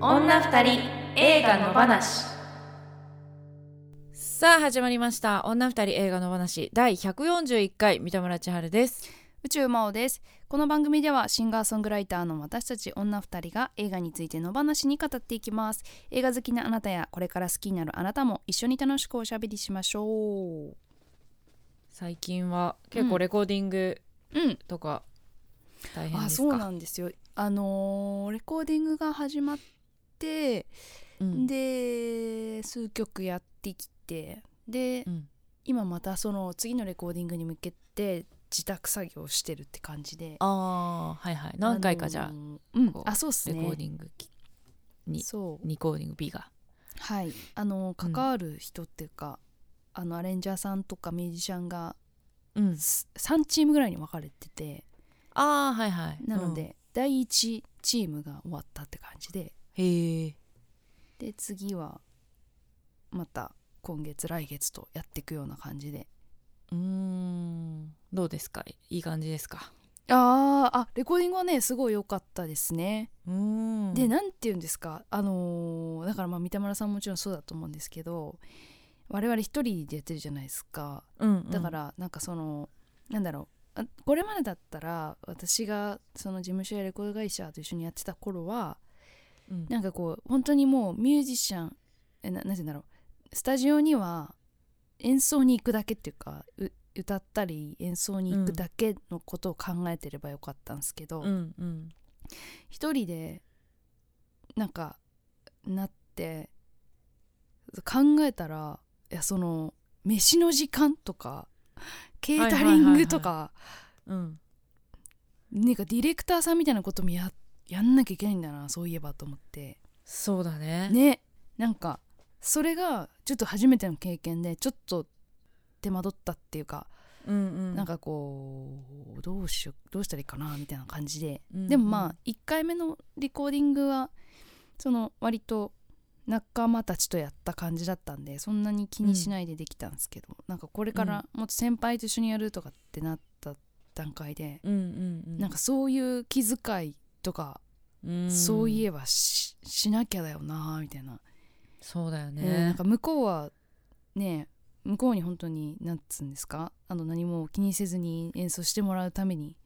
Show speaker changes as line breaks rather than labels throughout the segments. た二人映画の話
さあ始まりました女二人映画の話第141回三田村千春です
宇宙魔王ですこの番組ではシンガーソングライターの私たち女二人が映画についての話に語っていきます映画好きなあなたやこれから好きになるあなたも一緒に楽しくおしゃべりしましょう
最近は結構レコーディング
うん
とか大変
あ
です
そう
か、
なんですよあのーレコーディングが始まって、
うん
で数曲やってきてで、
うん
今またその次のレコーディングに向けて自宅作業してるって感じで
あーはいはい何回かじゃあ、
あのーうん
こう
あそうっす
レ
ね
コーディングきに
そう
ニコーディング B が
はい、あの関わる人っていうか、あのアレンジャーさんとかミュージシャンが
うん
す3チームぐらいに分かれてて
ああはいはい
なので、、第1チームが終わったって感じで
うんへえ
で次はまた今月来月とやっていくような感じで
うーんどうですかいい感じですか
あーあレコーディングはねすごい良かったですね、
うーん
でなんて言うんですかあのーだからまあ三田村さんもちろんそうだと思うんですけど我々一人でやってるじゃないですか
うんうん
だからなんかその、なんだろうあこれまでだったら私がその事務所やレコード会社と一緒にやってた頃は
うん
なんかこう本当にもうミュージシャンえななんて言うんだろうスタジオには演奏に行くだけっていうかう歌ったり演奏に行くだけのことを考えてればよかったんですけど、
うんうん
一人でなんかなって考えたらいやその飯の時間とかケータリングとか
うん
なんかディレクターさんみたいなこともややんなきゃいけないんだなそういえばと思って
そうだね
ねなんかそれがちょっと初めての経験でちょっと手間取ったっていうか、
うんうん
なんかこうどうしようどうしたらいいかなみたいな感じで
うんうん
でもまあ1回目のレコーディングはその割と仲間たちとやった感じだったんでそんなに気にしないでできたんですけど、なんかこれからもっと先輩と一緒にやるとかってなった段階で、
うんうんうん
なんかそういう気遣いとか、
うん
そういえばししなきゃだよなみたいな,
そうだよ
うん、
ね、
なんか向こうはね向こうに本当に何つうんですかあの何も気にせずに演奏してもらうために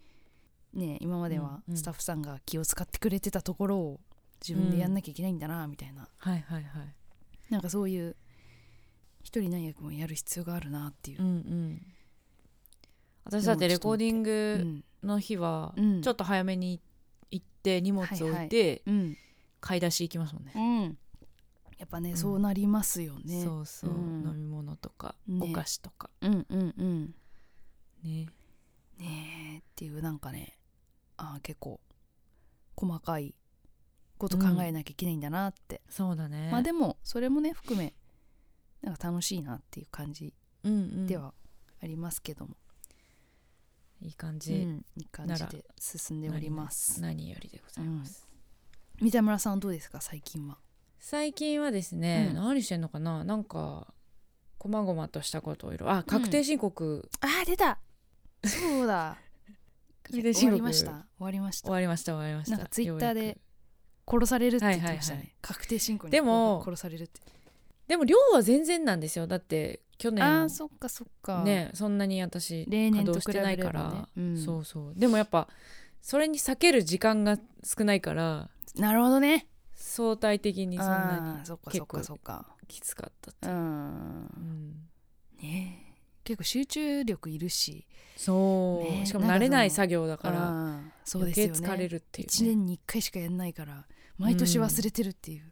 ね今までは
うんうん
スタッフさんが気を使ってくれてたところを自分でやんなきゃいけないんだなみたいな、
はいはいはい
なんかそういう一人何役もやる必要があるなっていう
う、んうん私だってレコーディン
う
グ
ん
の日は
うん
ちょっと早めに行って荷物
はい
置
はいい
て
うん
買い出し行きますもんね、
うんやっぱね、
うん
そうなりますよね
そうそう、
うん
飲み物とか、
ね
お菓子とか
うんうんうん
ね
ねえっていうなんかねあー結構細かいこと考えなきゃいけないんだなって、
そうだね
まあでもそれもね含めなんか楽しいなっていう感じ
うんうん
ではありますけども、
いい感
うん
じ、
いい感じで進んでおります
何よりでございます、
三田村さんどうですか最近は
最近はですね、
うん
何してんのかななんかこまごまとしたことをいろいろあ確定申告
あー出たそ うだ
確定申告
終わりました終わりまし
終
た
わりました終わりました
なんかツイッターで
ようやく
殺されるって言ってましたね、
はいはいは
確定申告に
でも
殺されるって
でも量は全然なんですよだって去年
あーそっかそっか
ねそんなに私
例年と
稼働してないから、
比べればねうん
そうそうでもやっぱそれに避ける時間が少ないから
なるほどね
相対的にそんな
あーそっかそ
結
っ
構
かそっか
にきつかったって
う
うんん
ね結構集中力いるし
そう、
ね
しかも
なん
慣
か
れない
その
作業だから
うんそう
余
で
計
すよね
疲れるっていう、
1年に1回しかやんないから毎年忘れてるっていう、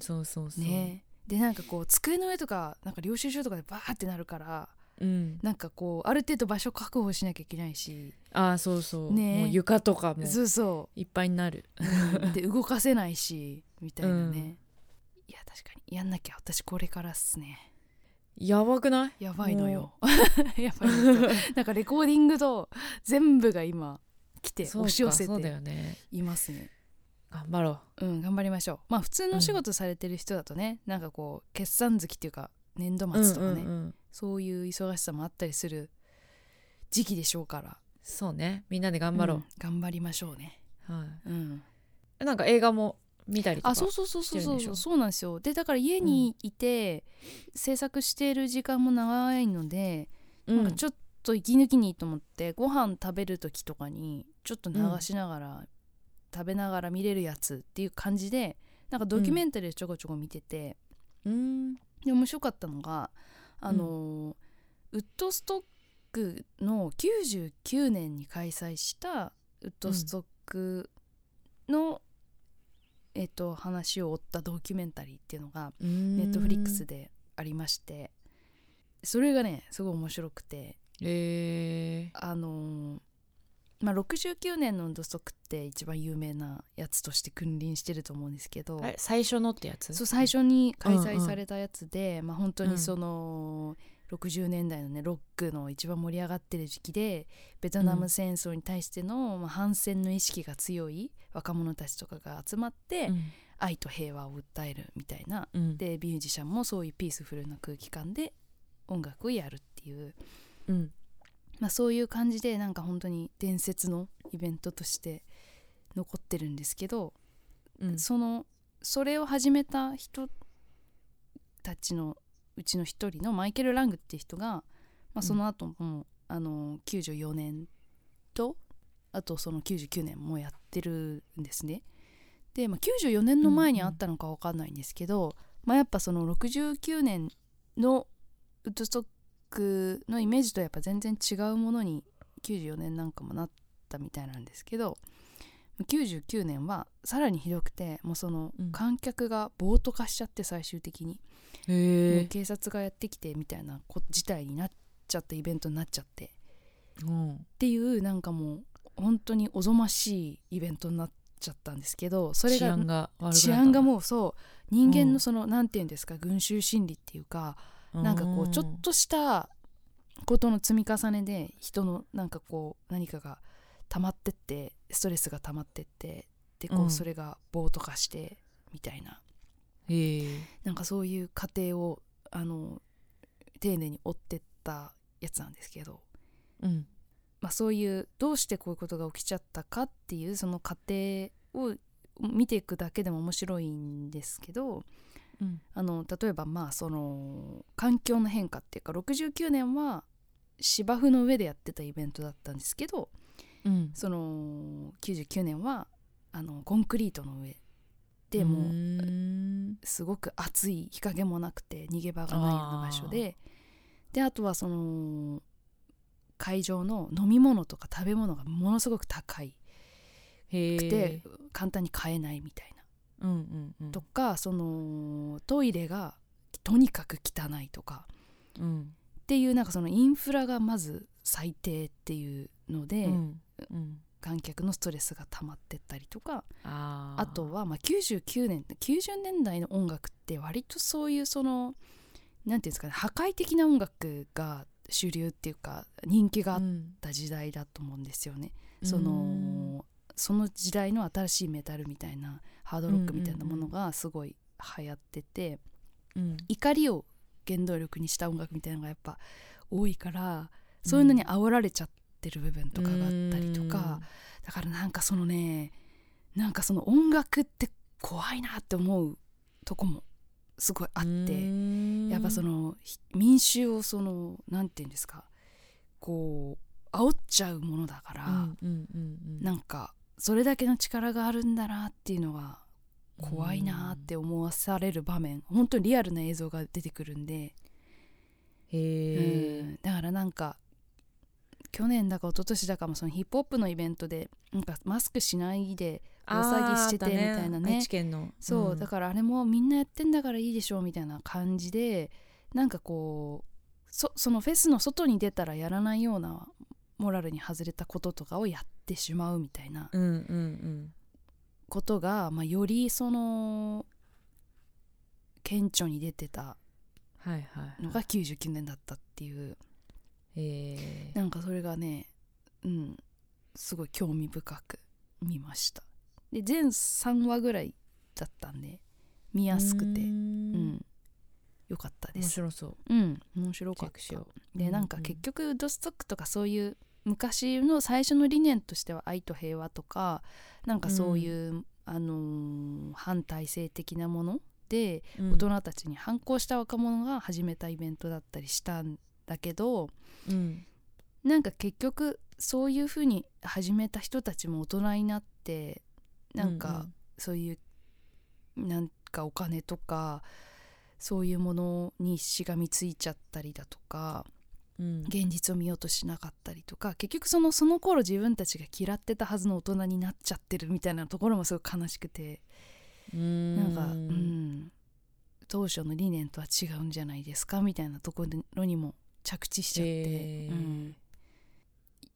そうそうそう、
ねでなんかこう机の上とかなんか領収書とかでバーってなるから
うん、
なんかこうある程度場所確保しなきゃいけないし
ああそうそう、
ね
もう床とかも
そうそ
いっぱいになる
う、 うんで動かせないしみたいな
うん
ね、いや確かにやんなきゃ私これからっすね
やばくない
やばいのよ やばいのよなんかレコーディングと全部が今来て
そう
押
か
し寄せ
そうだ
て
よね
いますね
頑張ろ
うん頑張りましょうまあ普通のお仕事されてる人だとね、なんかこう決算月っていうか年度
う、
末とかね、
うんうんうん、
そういう忙しさもあったりする時期でしょうから
そうねみんなで頑張ろう
うん、頑張りましょうね、
はい
うん、
なんか映画も見たりとか
あそうそうそうそうそ
してるんでしょ
うそうなんですよでだから家にいて、制作している時間も長いので、
うん、
なんかちょっと息抜きにと思ってご飯食べる時とかにちょっと流しながら、食べながら見れるやつっていう感じでなんかドキュメンタリーをちょこちょこ見てて、
うん
で面白かったのがあのーウッドストックの99年に開催したウッドストックの、えっと、話を追ったドキュメンタリーっていうのがネットフリックス
で
でありましてそれがねすごい面白くて
え
あのーまあ、69年のウッドストックって一番有名なやつとして君臨してると思うんですけど
ー、あれ最初のってやつ
そう最初に開
うんうん
催されたやつで、まあ、本当
う
に
ん
その、60年代のねロックの一番盛り上がってる時期でベトナム戦争に対しての、まあ、反戦の意識が強い若者たちとかが集まって、
うん
愛と平和を訴えるみたいな
うん
でミュージシャンもそういうピースフルな空気感で音楽をやるっていう、
うん
まあ、そういう感じでなんか本当に伝説のイベントとして残ってるんですけど、
うん
そのそれを始めた人たちのうちの一人のマイケル・ラングっていう人が、まあ、その後も、あの94年とあとその99年もやってるんですね。で、まあ、94年の前にあったのか分かんないんですけど、まあ、やっぱその69年のウッドストックのイメージとやっぱ全然違うものに94年なんかもなったみたいなんですけど99年はさらにひどくてもうその
うん
観客が暴徒化しちゃって最終的に、もう
へえ
警察がやってきてみたいなこ事態になっちゃったイベントになっちゃってっ
うん
ていうなんかもう本当におぞましいイベントになっちゃったんですけどそれ
治
が
安が悪くなった
治安がもうそう人間
うん
のその、なんて言うんですか群衆心理っていうか
う
なんかこうちょっとしたことの積み重ねで人のなんかこう何かが溜まってってストレスが溜まってってでこ
うん
うそれが暴徒化してみたいな、
へえ
なんかそういう過程をあの丁寧に追ってったやつなんですけど、
うん
まあ、そういうどうしてこういうことが起きちゃったかっていうその過程を見ていくだけでも面白いんですけど、
うん
あの例えばまあその環境の変化っていうか69年は芝生の上でやってたイベントだったんですけど
うん
その99年はあのコンクリートの上でもう
うん
すごく暑い日陰もなくて逃げ場がないような場所でであとはその会場の飲み物とか食べ物がものすごく高い
へえ
くて簡単に買えないみたいな
うんうんうん
とかそのトイレがとにかく汚いとか
うん
っていうなんかそのインフラがまず最低っていうので、
うんうん
観客のストレスが溜まってったりとか
あ
あ
ー
とはまあ99年90年代の音楽って割とそういうそのなんていうんですかね破壊的な音楽が主流っていうか人気があっ
うん
た時代だと思うんですよね。
うん
そのその時代の新しいメタルみたいなハードロックみたいなものがすごい流行ってて、
うん
怒りを原動力にした音楽みたいなのがやっぱ多いからそういうのに煽られちゃってる部分とかがあったりとか、だからなんかそのねなんかその音楽って怖いなって思うとこもすごいあっ
う
て
ん
やっぱそのひ民衆をそのなんて言うんですかこう煽っちゃうものだか
う
ら、
んうんうんうん
なんかそれだけの力があるんだなっていうのが怖いなって思わされる場面本当にリアルな映像が出てくるんで、
へ
う
え
んだからなんか去年だか一昨年だかもそのヒップホップのイベントでなんかマスクしないで大騒ぎしてて
あーあった
みたいなね
愛知県の
そう、
ん
だからあれもみんなやってんだからいいでしょうみたいな感じでなんかこうそそのフェスの外に出たらやらないようなモラルに外れたこととかをやってしまうみたいな
うんうん
ことが、まあ、よりその顕著に出てた
うんはいはい
のが99年だったっていう
へえ
なんかそれがねうんすごい興味深く見ましたで全3話ぐらいだったんで見やすくて
う
うん
ん
よかったで
面
す
白そう
うん面白
チ
か
ェ
っ
ックしよ
た
う
でなんか結局ウッドストックとかそういう昔の最初の理念としては愛と平和とかなんかそういう、ああのー反体制的なもので、
うん
大人たちに反抗した若者が始めたイベントだったりしたんだけど
うん
なんか結局そういうふうに始めた人たちも大人になってなんか、そういうなんかお金とかそういうものにしがみついちゃったりだとか
うんうん
現実を見ようとしなかったりとか結局そのその頃自分たちが嫌ってたはずの大人になっちゃってるみたいなところもすごい悲しくて
うん
なんか、うん、当初の理念とは違うんじゃないですかみたいなところにも着地しちゃって、
へー
うん、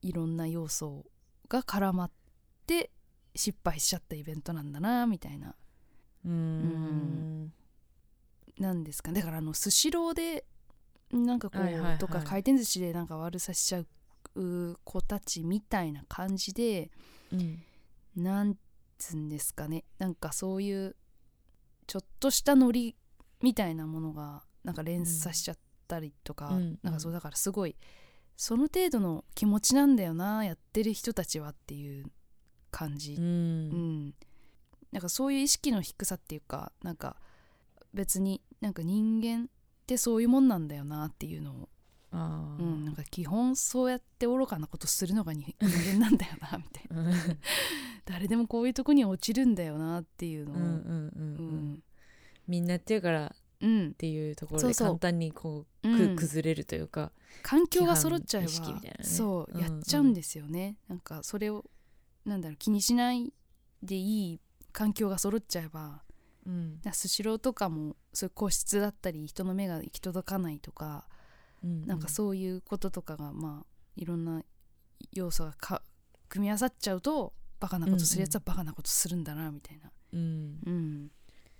いろんな要素が絡まって失敗しちゃったイベントなんだなみたいな
うん
んなんですかねだからあのスシローでなんかこう、
はいはいはい
とか回転寿司でなんか悪さしちゃう子たちみたいな感じで
うん
なんつうんですかねなんかそういうちょっとしたノリみたいなものがなんか連鎖しちゃったりとか、
うん
なんかそううんだからすごいその程度の気持ちなんだよなやってる人たちはっていう感じ
うん
うん、なんかそういう意識の低さっていうかなんか別になんか人間ってそういうもんなんだよなっていうのを、
あ
う
ー
ん、なんか基本そうやって愚かなことするのがに 人間なんだよなみたいな
うん
誰でもこういうとこに落ちるんだよなっていうのを、
うんうんうん
う
うん
ん
みんなやってるからっ
うん
ていうところ
そう
で
そう
簡単にこう
う
く
ん
崩れるというか
環境が揃っちゃえば
規範意識みたいなね
そううんやっちゃうんですよね、なんかそれをなんだろう気にしないでいい環境が揃っちゃえば
うん
だからスシローとかもそういう個室だったり人の目が行き届かないとか、なんかそういうこととかがまあいろんな要素がか組み合わさっちゃうとバカなことするやつはバカなことするんだなみたいな、
うんうん
うん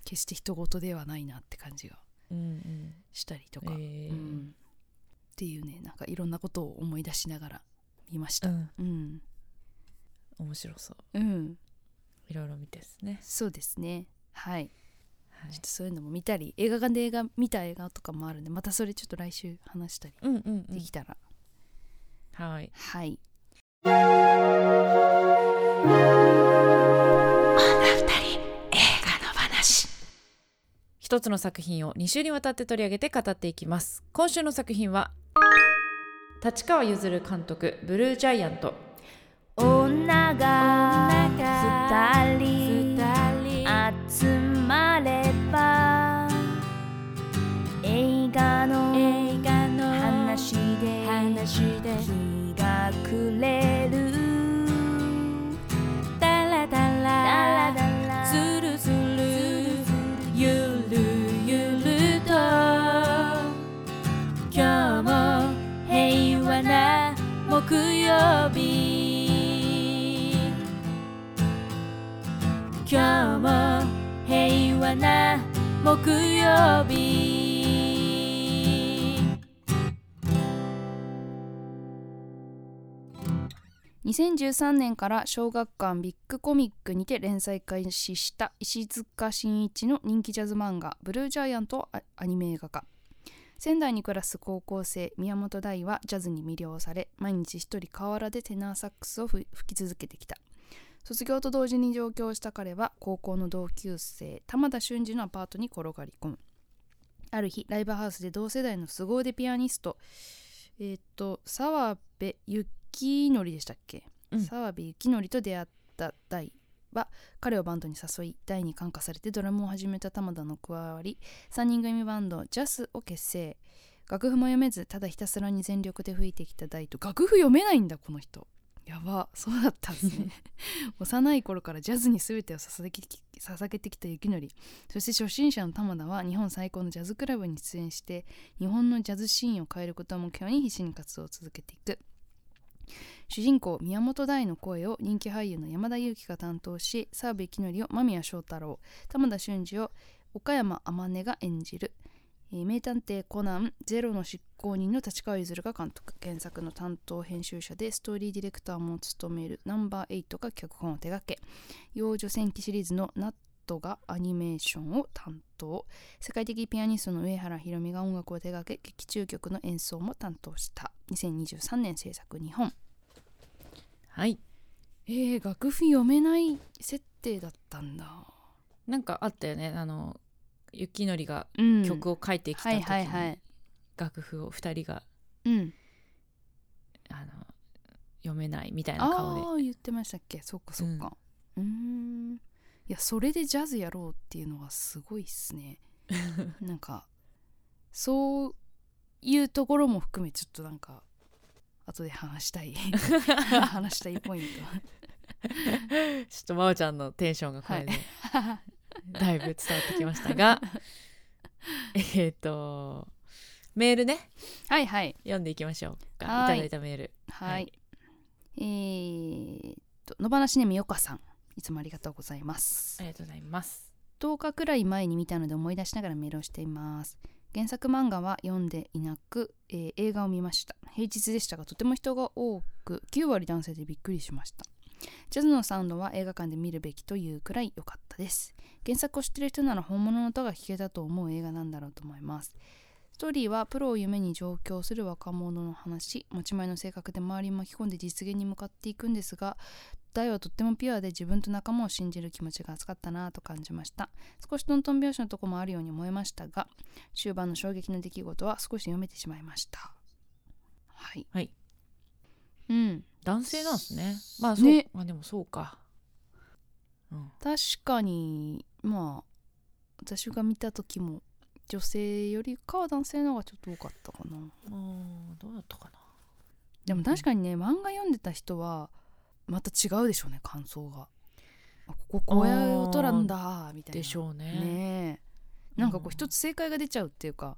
決して人事ではないなって感じが
うんうん
したりと
え
か、
ー
うん、っていうねなんかいろんなことを思い出しながら見まし
う
た。
ん
うん、
面白そう
うん、
いろいろ見てですね
そうですねはい
はい
ちょっとそういうのも見たり映画館で映画見た映画とかもあるんでまたそれちょっと来週話したり
うんうんうん
できたら、
はい
はい
一つの作品を2週にわたって取り上げて語っていきます今週の作品は立川譲監督ブルージャイアント
女が二人集まれば映画の話で日が暮れるダラダラズルズルゆるゆると今日も平和な木曜日今日も平和な木曜日
2013年から小学館ビッグコミックにて連載開始した石塚真一の人気ジャズ漫画「ブルージャイアント」をアアニメ映画化仙台に暮らす高校生宮本大はジャズに魅了され毎日一人河原でテナーサックスを吹吹き続けてきた卒業と同時に上京した彼は高校の同級生玉田俊二のアパートに転がり込むある日ライブハウスで同世代の凄腕ピアニストえーっ、と澤部幸則でしたっけ、
うん
澤部幸則と出会った大は彼をバンドに誘い大に感化されてドラムを始めた玉田の加わり3人組バンドジャスを結成楽譜も読めずただひたすらに全力で吹いてきた大と楽譜読めないんだこの人やばそうだったんです ね幼い頃からジャズに全てを捧げてき捧げてきた幸則そして初心者の玉田は日本最高のジャズクラブに出演して日本のジャズシーンを変えることを目標に必死に活動を続けていく主人公宮本大の声を人気俳優の山田裕貴が担当し澤部紀則を間宮祥太朗玉田俊二を岡山天音が演じる、えー名探偵コナンゼロの執行人の立川譲が監督原作の担当編集者でストーリーディレクターも務めるナンバー8が脚本を手掛け幼女戦記シリーズのナットがアニメーションを担当世界的ピアニストの上原ひろみが音楽を手掛け劇中曲の演奏も担当した2023年制作日本
はい
えー、楽譜読めない設定だったんだ、
なんかあったよねあの雪のりが
うん、
曲
を
を書いてきた
はい
時
はいは
に
い
楽譜を2人が
うん
あの読めないみたいな顔で
ああ言ってましたっけそっかそっかうーんいやそれでジャズやろうっていうのがすごいっす ねなんかそういうところも含めちょっとなんか後で話した い話したいポイン
ちょっとまおちゃんのテンションがこれで、
トは
だいぶ伝わってきました がえっとメールね
いはい
読んでいきましょうか
はい
いただいたメール
はい、
はい
えー、っと野放しねみよかさんいつもありがとうございます
ありがとうございます
10日くらい前に見たので思い出しながらメールをしています原作漫画は読んでいなく、えー映画を見ました平日でしたがとても人が多く9割男性でびっくりしましたジャズのサウンドは映画館で見るべきというくらい良かったです原作を知ってる人なら本物の音が聞けたと思う映画なんだろうと思いますストーリーはプロを夢に上京する若者の話持ち前の性格で周りを巻き込んで実現に向かっていくんですが大はとってもピュアで自分と仲間を信じる気持ちが熱かったなぁと感じました少しトントン拍子のとこもあるように思えましたが終盤の衝撃の出来事は少し読めてしまいましたはい、
はい
うん
男性なんですねまあそう、
ね
まあでもそうかうん
確かにまあ私が見た時も女性よりかは男性の方がちょっと多かったかな
あーどうだったかな
でも確かにね漫画読んでた人はまた違うでしょうね感想があこここういう音なんだみたいな
でしょうね
ねえなんかこ
う
うん一つ正解が出ちゃうっていうか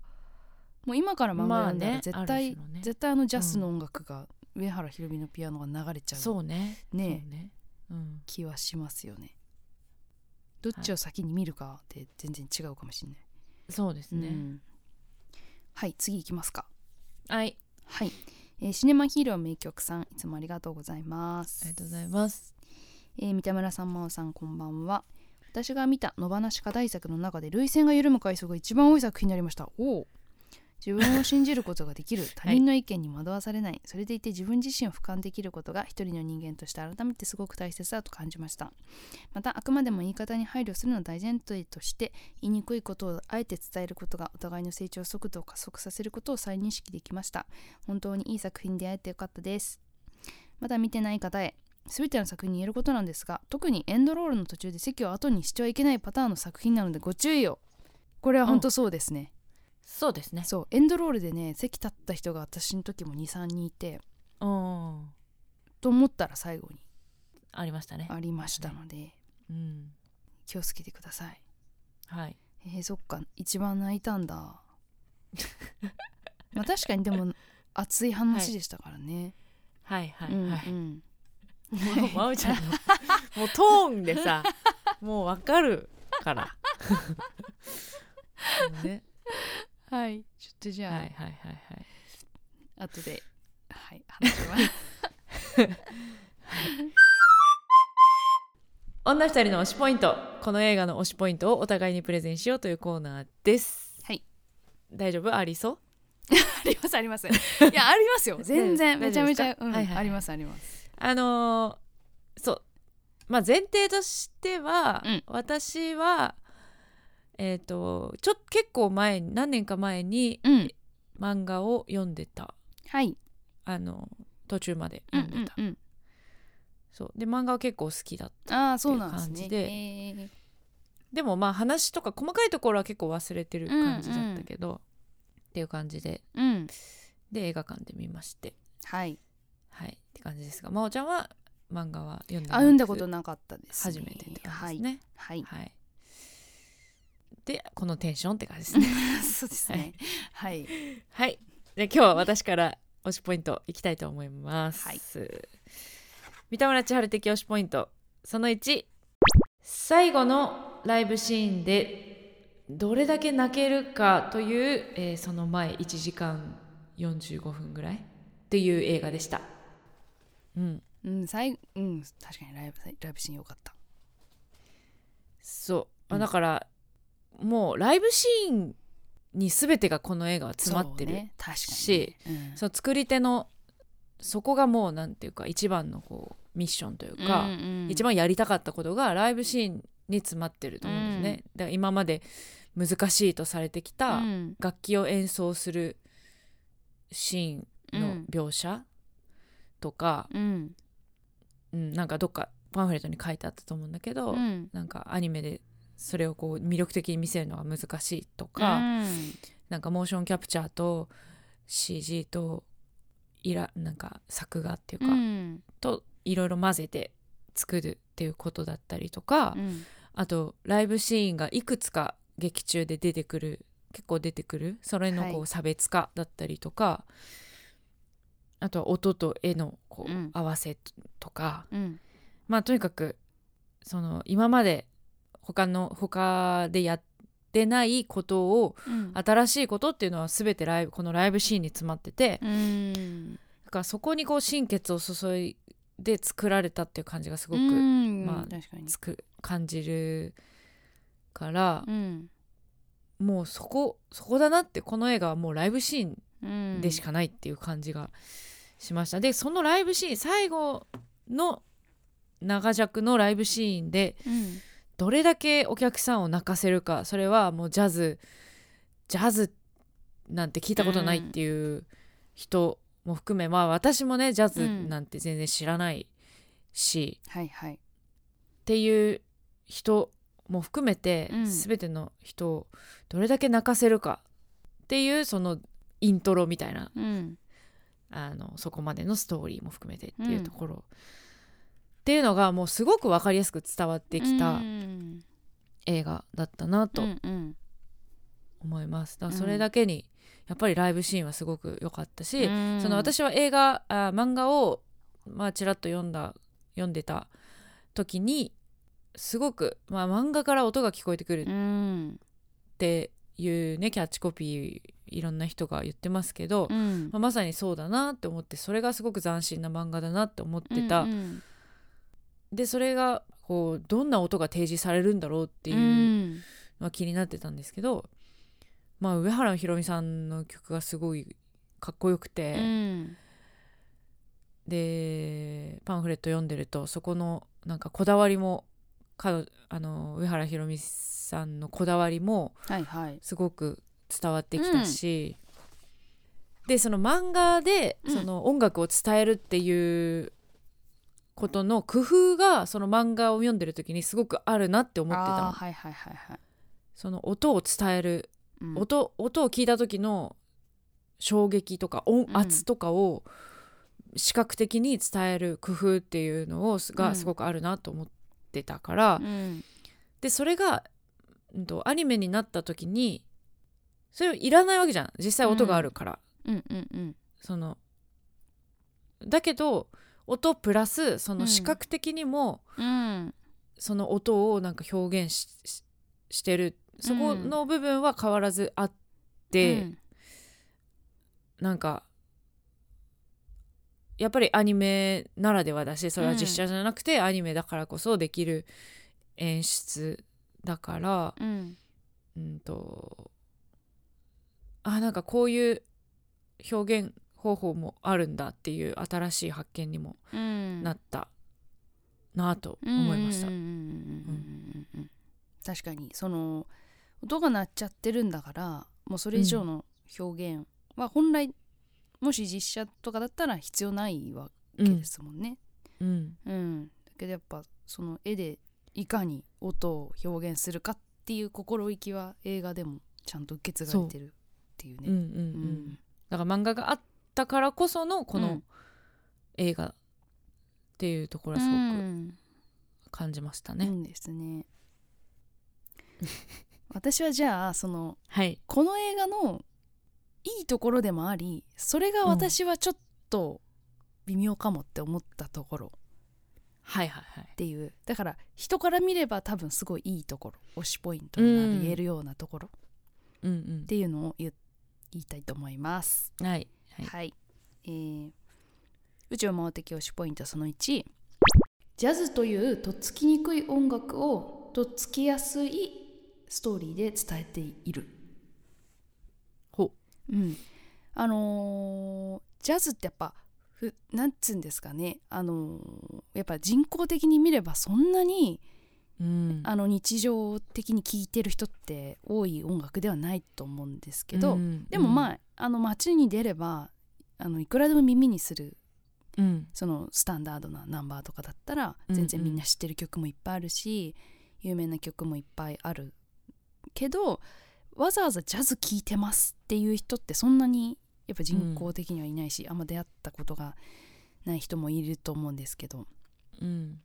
もう今から漫画読んだ
まあ
ら
ね
絶
ある
対、
種のね
絶対あのジャスの音楽が、上原ひろみのピアノが流れちゃう
そうねそう
ねえ
ねうん
気はしますよねどっちを先に見るかって全然違うかもしれない、
そうですね、
うんはい次いきますか
はい
はい、えーシネマヒーロー名曲さんいつもありがとうございま
あり
す
がとうございます
えー三田村さん真央さんこんばんは私が見た野放し課題作の中で涙腺が緩む回数が一番多い作品になりましたおお自分を信じることができる他人の意見に惑わされない、それでいて自分自身を俯瞰できることが一人の人間として改めてすごく大切だと感じましたまたあくまでも言い方に配慮するのを大前提として言いにくいことをあえて伝えることがお互いの成長速度を加速させることを再認識できました本当にいい作品に出会えてよかったですまだ見てない方へ全ての作品に言えることなんですが特にエンドロールの途中で席を後にしてはいけないパターンの作品なのでご注意をこれは本当そうですね、
そうですね
そうエンドロールでね席立った人が私の時も23人いて
うん
と思ったら最後に
ありましたね
ありましたので、
うん
気をつけてください
はい
えー、そっか一番泣いたんだ まあ確かにでも熱い話でしたからね、
はいはい
うん
は
う
い、
ん
もうまおち ゃんのもうトーンでさもうわかるからね
はいちょっとじ
は
ゃ
い
あ、
はいはいはい
後ではい話します
女二人の推しポイントこの映画の推しポイントをお互いにプレゼンしようというコーナーです
はい
大丈夫ありそう
ありますありますいやありますよ全然
ね
めちゃめち
大丈夫ですか
ゃ、うん
はいはい
ありますあります
あのーそうまあ前提としては、
うん
私はえっ、とちょ結構前に何年か前に
うん
漫画を読んでた
はい
あの途中まで
うん
読んでた、
うんうん
そうで漫画は結構好きだった
ああそうなんです
ってい
ね
う感じで
え
でもまあ話とか細かいところは結構忘れてる感じだったけど、っていう感じで
ーうん
で映画館で見まして
はい
はいって感じですが真央ちゃんは漫画は読んで
あ読んだこと
なく
なかったです、
初めてって感じですね
はい、は
はい、でこのテンションって感じですね
い、 そうですねはい
はいで今日は私から推しポイントいきたいと思います、
はい
三田村千春的推しポイントその1最後のライブシーンでどれだけ泣けるかという、えーその前1時間45分ぐらいっていう映画でしたうん
うん、最うん確かにライブライブシーン良かった。
そう、あ
うん
だからもうライブシーンに全てがこの映画は詰まってる
そう
し、
ね、確かに、
その作り手のそこがもうなんていうか一番のこうミッションという
が、
か、一番やりたかったことがライブシーンに詰まってると思うんですね、だから今まで難しいとされてきた
うん
楽器を演奏するシーンの描写とか、
うん
うんなんかどっかパンフレットに書いてあったと思うんだけど、
うん
なんかアニメでそれをこう魅力的に見せるのが難しいとか、なんかモーションキャプチャーと CG とイラなんか作画っていう
う
か、
ん
といろいろ混ぜて作るっていうことだったりとか、
うん
あとライブシーンがいくつか劇中で出てくる結構出てくるそれのこ
は
う差別化だったりとか、あとは音と絵のこう
うん
合わせとか、
うん
まあとにかくその今まで他の他でやってないことを
うん
新しいことっていうのは全てライブこのライブシーンに詰まってて、
うん
だからそこにこう心血を注いで作られたっていう感じがすごく
うん
まあ
確かに
つく感じるから
う、ん
もうそこそこだなってこの映画はもうライブシーン
うん
でしかないっていう感じがしました、でそのライブシーン最後の長尺のライブシーンで
うん
どれだけお客さんを泣かせるかそれはもうジャズジャズなんて聞いたことないっていう人も含め、まあ私もねジャズなんて全然知らないし、
はいはい
っていう人も含めて、
うん
全ての人をどれだけ泣かせるかっていうそのイントロみたいな
うん
あのそこまでのストーリーも含めてっていううんところ、っていうのがもうすごく分かりやすく伝わってき
う
た
ん
映画だったなと
うんうん
思います。だから
うん
それだけに、やっぱりライブシーンはすごく良かったし、
うん
その私は映画あ漫画をまあちらっと読んだ読んでた時にすごく、まあ、漫画から音が聞こえてくるっ
うん
ていうねキャッチコピーいろんな人が言ってますけど、
うん
まあまさにそうだなって思ってそれがすごく斬新な漫画だなって思ってた、
うんうん
でそれがこうどんな音が提示されるんだろうっていううんのは気になってたんですけど、まあ、上原ひろみさんの曲がすごいかっこよくて。
うん
でパンフレット読んでるとそこのなんかこだわりも彼女あの上原ひろみさんのこだわりも
はいはい
すごく伝わってきたし、でその漫画で
うん
その音楽を伝えるっていうことの工夫がその漫画を読んでる時にすごくあるなって思ってた
あー
の
はいはいはいはい
その音を伝える
うん
音音を聞いた時の衝撃とか音
うん
圧とかを視覚的に伝える工夫っていうのをす
うん
がすごくあるなと思ってたから、
うん
でそれが、うんと、アニメになった時にそれいらないわけじゃん実際音があるから。
うんうんうん
そのだけど音プラスそうの
ん
視覚的にも
うん
その音をなんか表現しししてるそこの部分は変わらずあって。なんかやっぱりアニメならではだしそれは実写じゃなくてアニメだからこそできる演出だから
うんうん
うんとあなんかこういう表現方法もあるんだっていう新しい発見にも
うん
なったなと思いました
うんうんうんうんうんうん確かにその音が鳴っちゃってるんだからもうそれ以上の表現は本来もし実写とかだったら必要ないわ
う
け
ん
ですもんね。
うん
うん、だけどやっぱその絵でいかに音を表現するかっていう心意気は映画でもちゃんと受け継がれてるっていう
うんうんう
ね。
んだから漫画があったからこそのこ
う
の
ん
映画っていうところはすごく感じましたね。
うんですね。私はじゃあその
はい、
この映画のいいところでもありそれが私はちょっと微妙かもって思ったところっ
はいはいはい
ていうだから人から見れば多分すごいいいところ推しポイントにな
うん
る言えるようなところっ
うん
ていうのを言う言いたいと思います。
うんはいは
はいい、えー宇宙魔王的推しポイントその1ジャズというとっつきにくい音楽をとっつきやすいストーリーで伝えている。
ほ
うん、あのージャズってやっぱふなんつうんですかねあのやっぱ人工的に見ればそんなに
うん
あの日常的に聴いてる人って多い音楽ではないと思うんですけど、
うん
でも
あ、
まああの街に出ればあのいくらでも耳にする
うん
そのスタンダードなナンバーとかだったら
うん
全然みんな知ってる曲もいっぱいあるし、有名な曲もいっぱいあるけどわざわざジャズ聴いてますっていう人ってそんなにやっぱ人口的にはいないし、あんま出会ったことがない人もいると思うんですけど
うん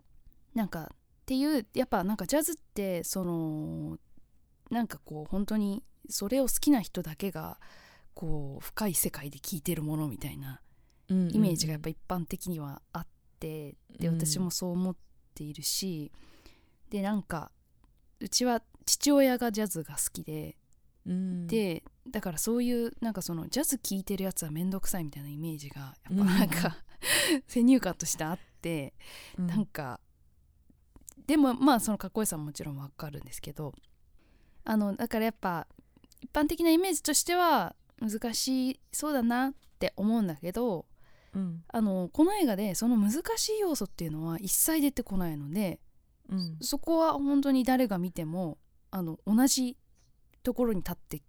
なんかっていうやっぱなんかジャズってそのなんかこう本当にそれを好きな人だけがこう深い世界で聴いてるものみたいな
うん
イメージがやっぱ一般的にはあってで
うん
私もそう思っているし、でなんかうちは父親がジャズが好きで、
うん、
でだからそういうなんかそのジャズ聴いてるやつは面倒くさいみたいなイメージがやっぱなんか、 先入観としてあって、
うん
なんかでもまあそのかっこよさももちろんわかるんですけどあのだからやっぱ一般的なイメージとしては難しそうだなって思うんだけど、
うん
あのこの映画でその難しい要素っていうのは一切出てこないので
うん
そこは本当に誰が見てもあの同じところに立って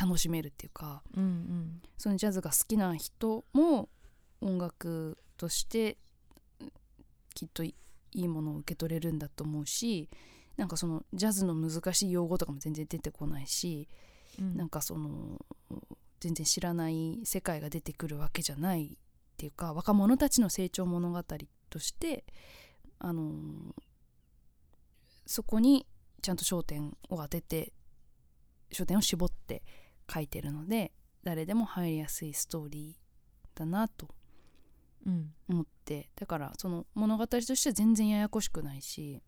楽しめるっていうか
うんうん
そのジャズが好きな人も音楽としてきっといいいものを受け取れるんだと思うしなんかそのジャズの難しい用語とかも全然出てこないし
うん
なんかその全然知らない世界が出てくるわけじゃないっていうか若者たちの成長物語としてあのそこにちゃんと焦点を当てて焦点を絞って書いてるので誰でも入りやすいストーリーだなと
うん
思ってだからその物語としては全然ややこしくないし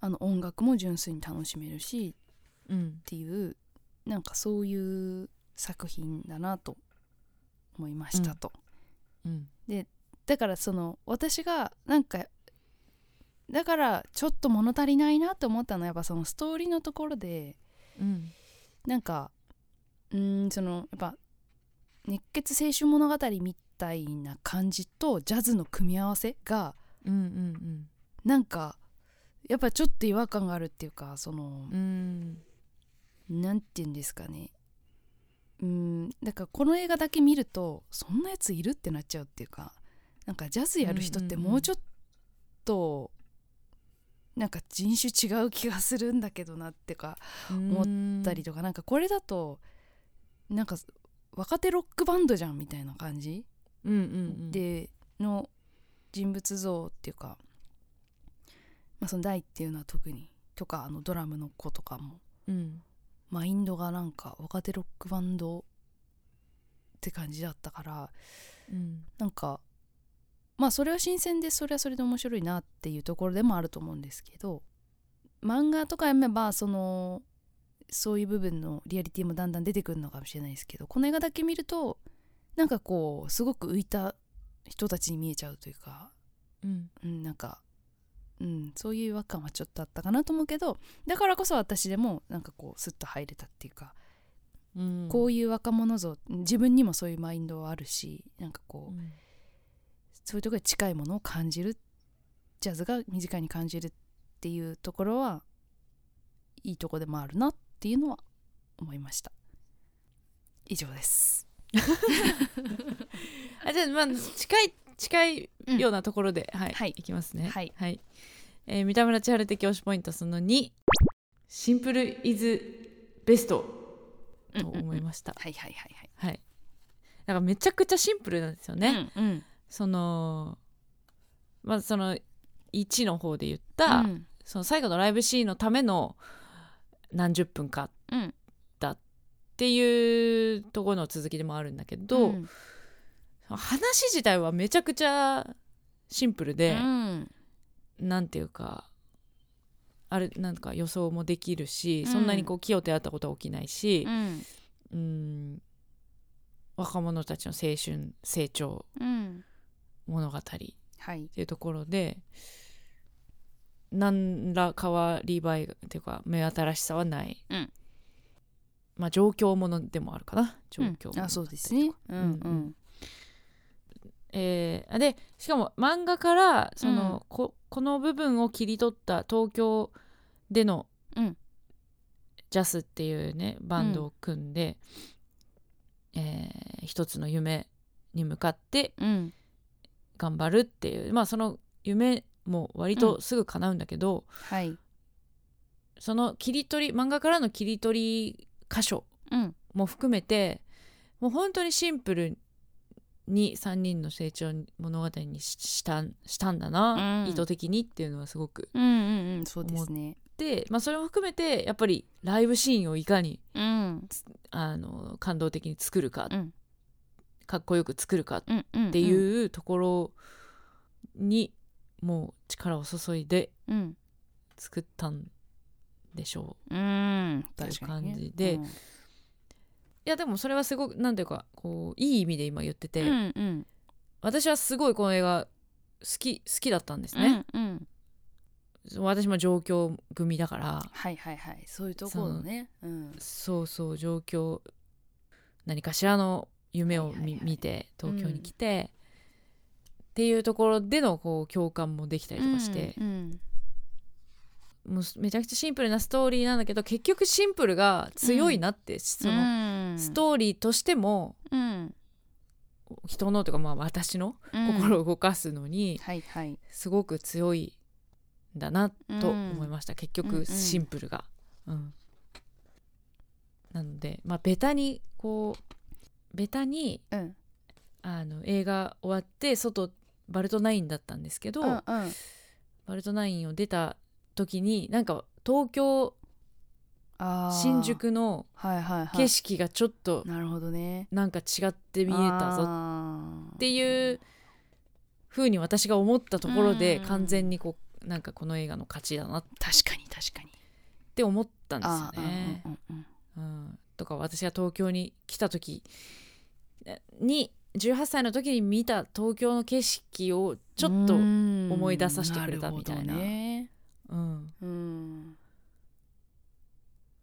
あの音楽も純粋に楽しめるし
うん
っていうなんかそういう作品だなと思いましたと、
うん
だからその私がなんかだからちょっと物足りないなと思ったのはやっぱそのストーリーのところで
うん
なんかうーんそのやっぱ熱血青春物語みたいな感じとジャズの組み合わせが
うんうん
なんかやっぱちょっと違和感があるっていうかその
うんうん
なんて言うんですかねうんだからこの映画だけ見るとそんなやついるってなっちゃうっていうかなんかジャズやる人って
うんうんうん
もうちょっとなんか人種違う気がするんだけどなってか
思
たりとかなんかこれだとなんか若手ロックバンドじゃんみたいな感じ
うんうんうん
での人物像っていうか、まあ、その大っていうのは特にとかあのドラムの子とかも
うん
マインドがなんか若手ロックバンドって感じだったから
うん
なんかまあそれは新鮮でそれはそれで面白いなっていうところでもあると思うんですけど漫画とか読めばそのそういう部分のリアリティもだんだん出てくるのかもしれないですけどこの映画だけ見るとなんかこうすごく浮いた人たちに見えちゃうというか
うん
うん、なんか、うん、そういう違和感はちょっとあったかなと思うけどだからこそ私でもなんかこうスッと入れたっていうか、
うん
こういう若者像自分にもそういうマインドはあるしなんかこう、
うん
そういうところに近いものを感じるジャズが身近に感じるっていうところはいいとこでもあるなっていうのは思いました以上です
あじゃあまあ近い近いようなところで、はい、
はい
い、きますね
はい
えー三田村千春的推しポイントその2シンプルイズベストと思いました、
はいはいはい
はいなんかめちゃくちゃシンプルなんですよね、
はいうんうん
そのまあその1の方で言った、
うん
その最後のライブシーンのための何十分か
うん
っていうところの続きでもあるんだけど、
うん
話自体はめちゃくちゃシンプルで、
うん
なんていうかあれなんか予想もできるし、
うん
そんなにこう気を手合ったことは起きないし
う、ん
うん、若者たちの青春成長
うん
物語って
はい
いうところで何ら変わり映えっていうか目新しさはない、
うん
まあ状況ものでもあるかな状況ものだったりとか、
うんあそうですねうん
うんうんえーあでしかも漫画からその、
うん
ここの部分を切り取った東京での、
うん
ジャスっていうねバンドを組んで、えー一つの夢に向かって
うん
頑張るっていうまあその夢も割とすぐ叶うんだけど、
はい
その切り取り漫画からの切り取り箇所
うん
も含めてもう本当にシンプルに3人の成長物語にししたんしたんだな、
うん
意図的にっていうのはすごく
うんうんうんそうですね
で、まあ、それも含めてやっぱりライブシーンをいかに
うん
あの感動的に作るか、
うん
かっこよく作るかっ
うんうん
ていうところにもう力を注いで
うん
作ったんでしょう
うん
ていう
確かにね
感じでいやでもそれはすごく何ていうかこういい意味で今言ってて、
うんうんうん
私はすごいこの映画好き好きだったんです
う
ね、
んうん
私も上京組だから
はいはいはいそういうところねうん
そうそう上京何かしらの夢を見,、
はいはいはい
見て東京に来て、っていうところでのこう共感もできたりとかして、
うん
もうめちゃくちゃシンプルなストーリーなんだけど結局シンプルが強いなって、その
の
ストーリーとしても
うん
人のというかまあ私の心を動かすのに、
はいはい
すごく強いんだなと思いました、結
うんうん
局シンプルが。うんなのでまあベタにこうベタに
うん
あの映画終わって外バルトナインだったんですけど、
うんうん
バルトナインを出た時になんか東京
あー
新宿の
はいはいはい
景色がちょっと
なるほどね
なんか違って見えたぞっ
ぞって
いう風に私が思ったところで
うん
完全にこうなんかこの映画の勝ちだなっ
確かに確かに
て思ったんです
あ
よね
ー。うんうんうん
うん、とか私が東京に来た時に18歳の時に見た東京の景色をちょっと、
う
うん
ん
思い出させてくれたみたいな
るほどねうん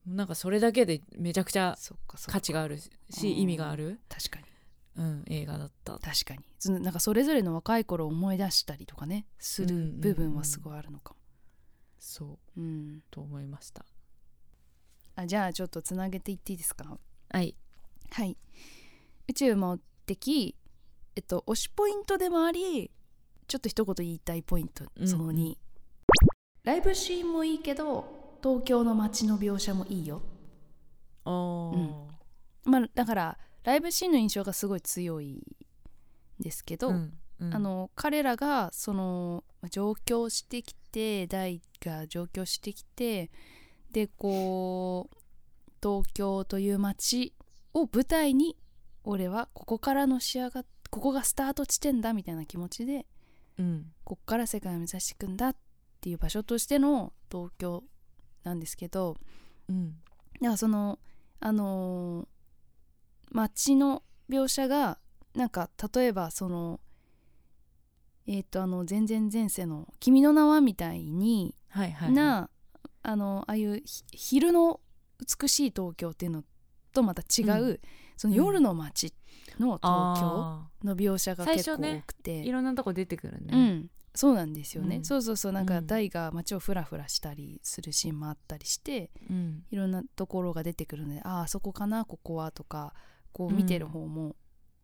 なんかそれだけでめちゃくちゃ
そっかそ
価
っか
値があるし
うん
意味がある、
確かに
うん、映画だった。
確かにそのなんかそれぞれの若い頃を思い出したりとかねす
うんう
る
んうん
部分はすごいあるのかも
そう
うん、
と思いました。
あじゃあちょっとつなげていっていいですか
はい、
はい宇宙も的えっと推しポイントでもありちょっと一言言いたいポイント
うん
その2、ライブシーンもいいけど東京の街の描写もいいよ
あー
うんまあだからライブシーンの印象がすごい強いんですけど、
うんうん
あの彼らがその上京してきて大が上京してきてでこう東京という街を舞台に俺はここからの仕上がここがスタート地点だみたいな気持ちで
うん
こっから世界を目指していくんだっていう場所としての東京なんですけど
うん
だからそのあのー街の描写がなんか例えばそのえっ、とあの前々前世の「君の名は」みたいに
はいはいはい、
なあのああいうひ昼の美しい東京っていうのとまた違う、
う
その夜の街の東京
あ
の描写が結
最初
構
ね
多くて、
ーいろんなとこ出てくる
う
ね。
ん、そうなんですよね、
うん
そうそうそうなんか
うん
大が街をフラフラしたりするシーンもあったりして、
うん
いろんなところが出てくるのでああそこかなここはとかこう見てる方も、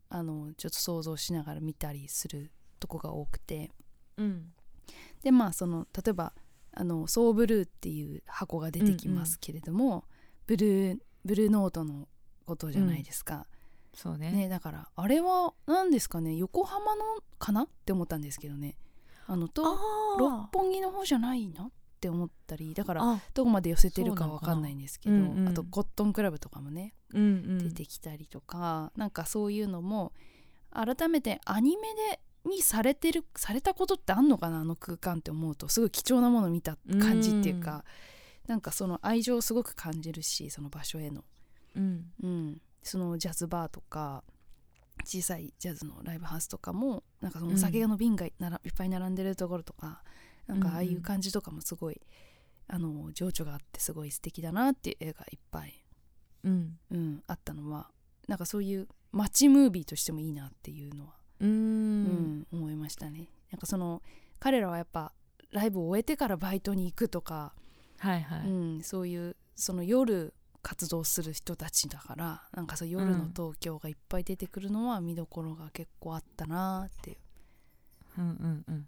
あのちょっと想像しながら見たりするとこが多くて
うん
でまあその例えばあのソーブルーっていう箱が出てきますけれども、ブルーブルーノートのことじゃないですか、
そうね
ね、だからあれは何ですかね横浜のかなって思ったんですけどねあのと
あー
六本木の方じゃないなって思ったりだから
あ、
どこまで寄せてるかわかんないんですけど、
そうなのかなうんうん
あとコットンクラブとかもね
うんうん、
出てきたりとか、なんかそういうのも改めてアニメでにされてるされたことってあんのかなあの空間って思うとすごい貴重なものを見た感じっていうか、なんかその愛情をすごく感じるしその場所への、
うん
うん、そのジャズバーとか小さいジャズのライブハウスとかもなんかそのお酒の瓶がならいっぱい並んでるところとかなんかああいう感じとかもすごい、あの情緒があってすごい素敵だなっていう絵がいっぱい
うん
うん、あったのはなんかそういう街ムービーとしてもいいなっていうのは、
うーん
うんうん、思いましたねなんかその彼らはやっぱライブを終えてからバイトに行くとか、
はいはい、
うん、そういうその夜活動する人たちだからなんかそう夜の東京がいっぱい出てくるのは見どころが結構あったなっていう
うんうんうん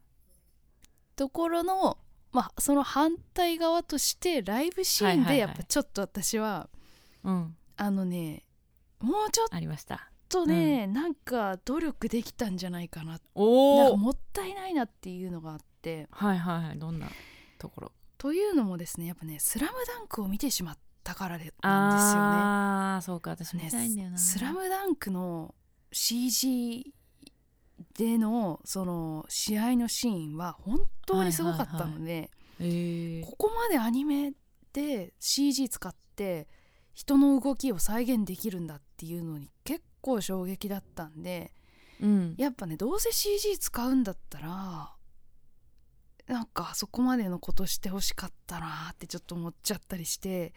ところの、まあ、その反対側としてライブシーン
はいはいは
で
い
やっぱちょっと私は,、
うん
あのねもうちょっ
ありました
とね、なんか努力できたんじゃないかななん
お
か
お
もったいないなっていうのがあって
はいはいはいどんなところ
というのもですねやっぱね「スラムダンクを見てしまったからでなん
ああーそうか
です
私
よね。
見たいんだよな、
ねススラムダンクの CG でのその試合のシーンは本当にすごかったので、
えー、
ここまでアニメで CG 使って人の動きを再現できるんだっていうのに結構衝撃だったんで
うん
やっぱねどうせ CG 使うんだったらなんかあそこまでのことしてほしかったなってちょっと思っちゃったりして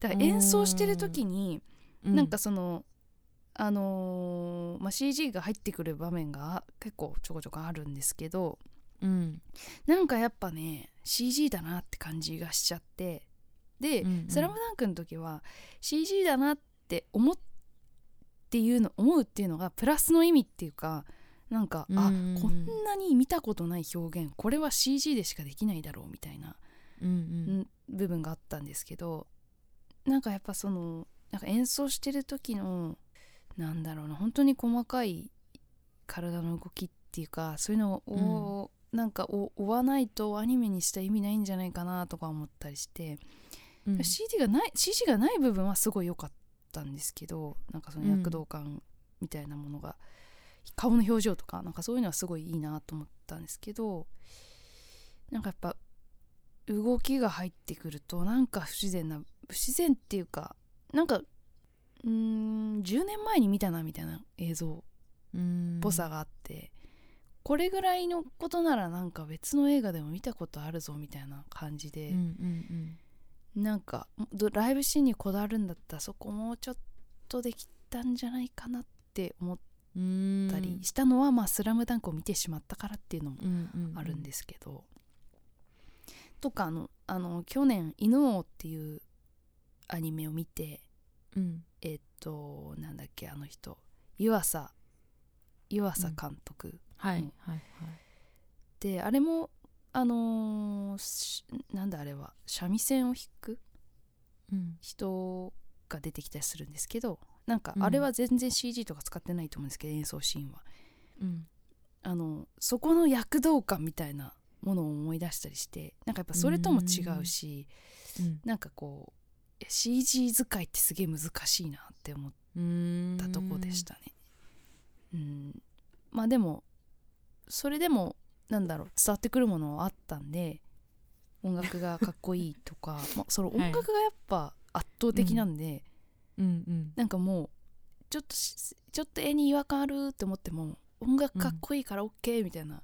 だから演奏してる時になんかその、あのーまあ、CG が入ってくる場面が結構ちょこちょこあるんですけど
うん、
なんかやっぱね CG だなって感じがしちゃってで「
うんうん
スラムダンクの時は CG だなって思っていうの思うっていうのがプラスの意味っていうかなんか、あ
うんうんうん
こんなに見たことない表現これは CG でしかできないだろうみたいな、
うんうん
ん部分があったんですけどなんかやっぱそのなんか演奏してる時のなんだろうな本当に細かい体の動きっていうかそういうのを、なんかお追わないとアニメにした意味ないんじゃないかなとか思ったりして、
うん、
CG がない CG がない部分はすごい良かったんですけどなんかその躍動感みたいなものが、顔の表情とかなんかそういうのはすごいいいなと思ったんですけどなんかやっぱ動きが入ってくるとなんか不自然な不自然っていうかなんかうーん10年前に見たなみたいな映像
うん
っぽさがあって、これぐらいのことならなんか別の映画でも見たことあるぞみたいな感じで
うんう、ん
なんかどライブシーンにこだわるんだったらそこもうちょっとできたんじゃないかなって思っ
うん
たりしたのは「まあスラムダンクを見てしまったからっていうのもあるんですすけど。とかあのあの去年「犬王」っていうアニメを見て
うん
えっとなんだっけあの人湯浅湯浅監督、
はい、
うん
はいはい
であれもあのーしなんだあれは三味線を弾く
うん
人が出てきたりするんですけどなんか
うん
あれは全然 CG とか使ってないと思うんですけど、演奏シーンは
うん
あのそこの躍動感みたいなものを思い出したりしてなんかやっぱそれとも違うし
うん
なんかこう CG 使いってすげえ難しいなって思っ
うーん
たとこでしたねうんまあでもそれでもなんだろう伝わってくるものはあったんで音楽がかっこいいとか、まあ、その音楽がやっぱ圧倒的なんで、
うんうん
なんかもうちょっとしちょっと絵に違和感あるって思っても音楽かっこいいから OK みたいな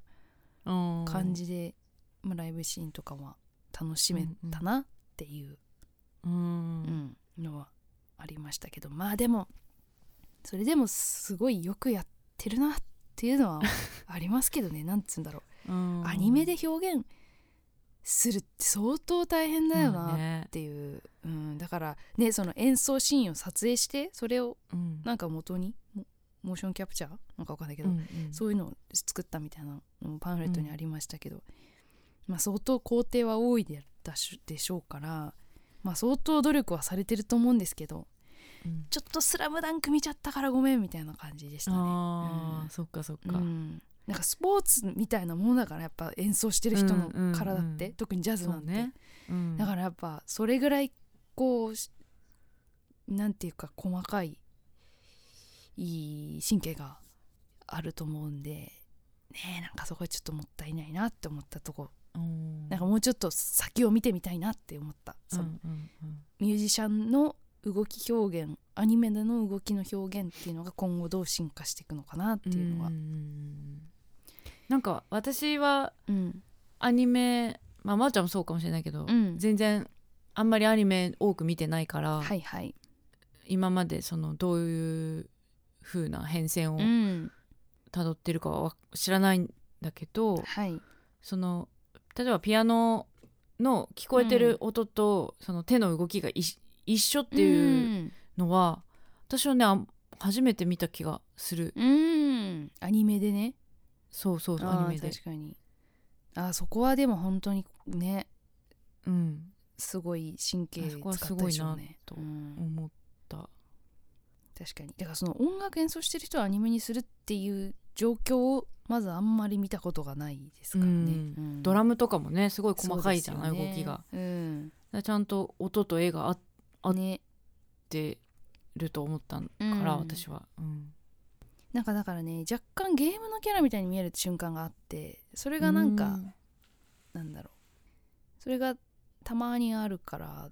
あー
感じで、まあ、ライブシーンとかは楽しめたなっていう、
うーん
うんのはありましたけどまあでもそれでもすごいよくやってるなっていうのはありますけどねなんつうんだろ
う
う、
ん
アニメで表現するって相当大変だよ
まあ
なっ
ね
ていう、うん、だからねその演奏シーンを撮影してそれを
うん
なんか元にモモーションキャプチャーなんかわかんないけど、
うんうん
そういうのを作ったみたいなのもパンフレットにありましたけど、まあ、相当工程は多いでだしでしょうから、まあ、相当努力はされてると思うんですけど
うん
ちょっと「スラムダンク見ちゃったからごめんみたいな感じでしたね。
ああ、
うん
そっかそっ
う
か、
んなんかスポーツみたいなものだからやっぱ演奏してる人の
うんうんうん
体って、特にジャズ
そ
な
うん
て、
ね、うん、
だからやっぱそれぐらいこうしなんていうか細かいいい神経があると思うんでねえなんかそこはちょっともったいないなって思ったとこ
うん
なんかもうちょっと先を見てみたいなって思った、
う
その
んうんうん
ミュージシャンの動き表現アニメでの動きの表現っていうのが今後どう進化していくのかなっていうのは
んんんなんか私は
うん
アニメまあまー、ちゃんもそうかもしれないけど、
うん
全然あんまりアニメ多く見てないから、
はいはい
今までそのどういう風な変遷
う
を
ん
たたどってるかは知らないんだけど
はい
その例えばピアノの聞こえてる音と、その手の動きがい一緒っていうのは、私はねあん初めて見た気がする
うん、うんアニメでね
そうそうそう
あー
アニメで、
確かにあーそこはでも本当にね
うん、
すごい神経
あそこは
使ったでしょうね
すご
う
い
ん、
思った
確かにだからその音楽演奏してる人をアニメにするっていう状況をまずあんまり見たことがないですからね、
うんドラ
ム
ムとかもねすごい細かいじゃない、動きがだか
うん
らちゃんと音と絵が合っあ
ね
てると思ったから、
うん
私は、うん、
なんかだからね若干ゲームのキャラみたいに見える瞬間があってそれがなんか、なんだろうそれがたまにあるから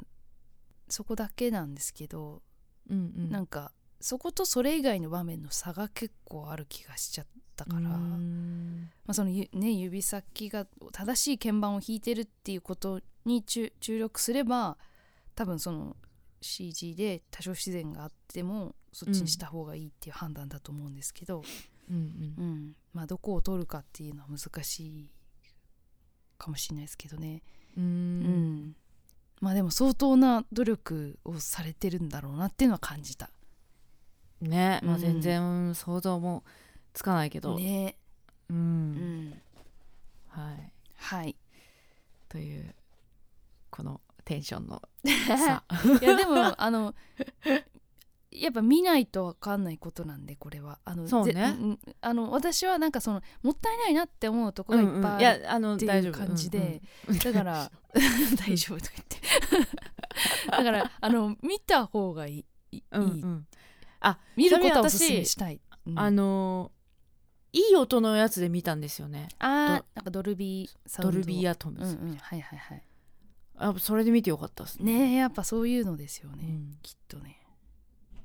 そこだけなんですけど、
うんうん
なんかそことそれ以外の場面の差が結構ある気がしちゃったから、ま
うん
あ、そのゆね指先が正しい鍵盤を弾いてるっていうことに注注力すれば多分その CG で多少不自然があってもそっちにした方がいいっていう判断だと思うんですけど、
うんうん
うんまあ、どこを取るかっていうのは難しいかもしれないですけどね、
う
うん
ん
まあでも相当な努力をされてるんだろうなっていうのは感じた。
ね、まあ、
うん
全然想像もつかないけど、
ね、
う
うんん、
はい、
はい
というこのテンションのさ
いやでもあのやっぱ見ないと分かんないことなんでこれはあの
そうね
ぜんあの私はなんかそのもったいないなって思うとこがいっぱいある
うんうんやあの
って
大
い
丈
う
夫
感じで、
うんうん
だから 大丈夫とか言って だからあの見た方がいいいい、
うんうん
見る
そ
こ
れ
とはお
私
すすめしたい、うん
あのいい音のやつで見たんですよね
あーなんかドルビーサウ
ド
ンド
ルビーアト
う
ム
ん
ス、
うんはいはいはい
あそれで見てよかったですね
ねえやっぱそういうのですよね、
うん
きっとね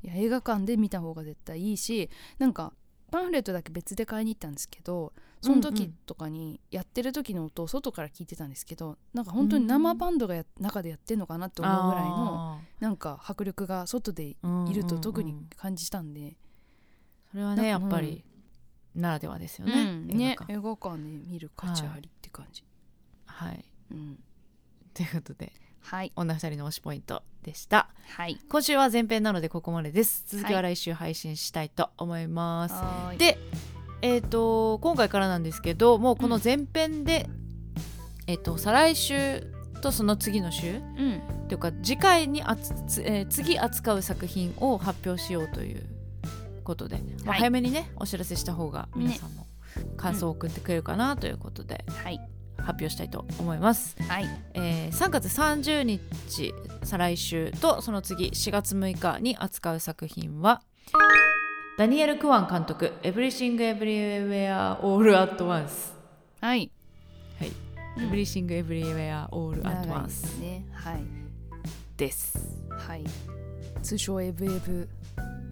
いや映画館で見た方が絶対いいしなんかパンフレットだけ別で買いに行ったんですけどその
うん
時
うん
とかにやってる時の音を外から聞いてたんですけどなんか本当に生バンドがや中でやってんのかなと思うぐらいの
あ
なんか迫力が外で
ーうん
いる
うんう
と
ん
特に感じたんで、
それはねや
なんか
っぱりならではですよね,、
うんね
映画館
映画館で見る価値ありって感じ、
はい
うん
ということで
はい
女二人の推しポイントでした
はい
今週は前編なのでここまでです続きは
は
来週配信したいと思います、
はーい
でえっ、と今回からなんですけどもうこの前編で、えっ、と再来週とその次の週
うん
というか次回にあつつ、えー次扱う作品を発表しようということで、まあ
はい
早めにねお知らせした方が皆さんも感想を送ってくれるかなということで、
はい
発表したいと思います、
はい
えー3月30日再来週とその次4月6日に扱う作品はダニエル・クワン監督「Everything Everywhere All at Once
はい」
はい「
うん
Everything Everywhere All at
長いです
Once
ねはい」
です。
はい通称エブエブ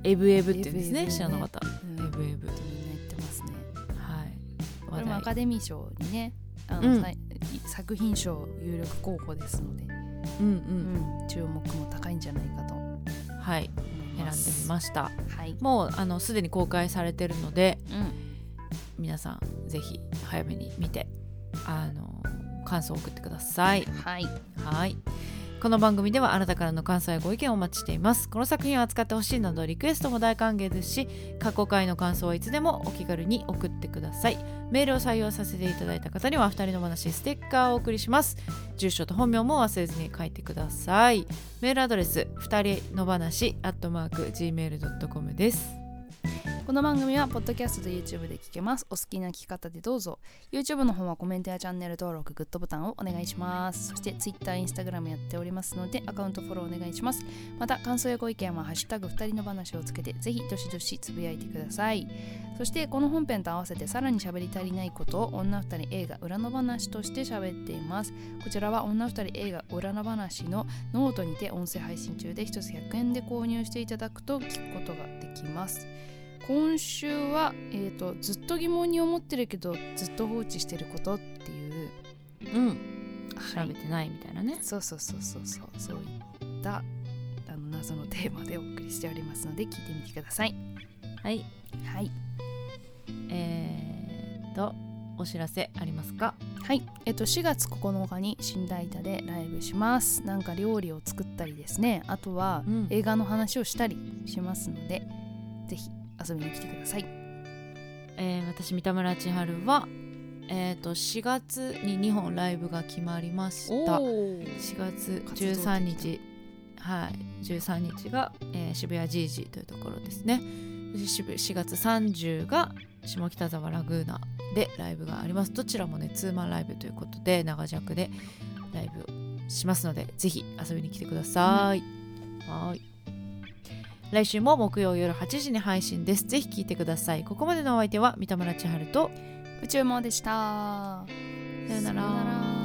エブエブって言うんです
エ
ね
ブエブね
知らなかった。
うん
エブエブ
みんな言ってますね
はい。
これもア
話題
カデミー賞にねあ
う
の、
ん
さい作品賞有力候補ですので、
うん
うん注目も高いんじゃないかと思
うん。はい。
い
選んでみ
ます
ました。
はい、
もうあのすでに公開されてるので、
うん、
皆さんぜひ早めに見て、あの感想を送ってください。
はい
はい。この番組ではあなたからの感想やご意見をお待ちしています。この作品を扱ってほしいなどリクエストも大歓迎ですし、過去回の感想はいつでもお気軽に送ってください。メールを採用させていただいた方には二人の話ステッカーをお送りします。住所と本名も忘れずに書いてください。メールアドレス二人の話アットマーク gmail.com です。
この番組はポッドキャストと YouTube で聞けますお好きな聞き方でどうぞ YouTube の方はコメントやチャンネル登録グッドボタンをお願いしますそして Twitter、Instagram やっておりますのでアカウントフォローお願いしますまた感想やご意見は「ハッシュタグ二人の話」をつけてぜひどしどしつぶやいてくださいそしてこの本編と合わせてさらに喋り足りないことを女二人映画裏の話として喋っていますこちらは女二人映画裏の話のノートにて音声配信中で1つ100円で購入していただくと聞くことができます今週は、えー、とずっと疑問に思ってるけどずっと放置してることっていう、
うん。
は
調べ
い、
てないみたいなね。
そうそうそうそうそうそういったあの謎のテーマでお送りしておりますので聞いてみてください。
はい。
はい、
えとお知らせありますか
はい、えっと、4月9日に新大田でライブしますなんか料理を作ったりですねあとは
うん
映画の話をしたりしますので、ぜひ遊びに来てください
えー私三田村千春は、えー、と4月に2本ライブが決まりました4月13日はい13日が、えー渋谷ジージーというところですねそして渋4月30が下北沢ラグーナでライブがありますどちらもねツーマンライブということで長尺でライブしますのでぜひ遊びに来てください、はーい来週も木曜夜8時に配信ですぜひ聞いてくださいここまでのお相手は三田村千春と
宇宙もでした
さよなら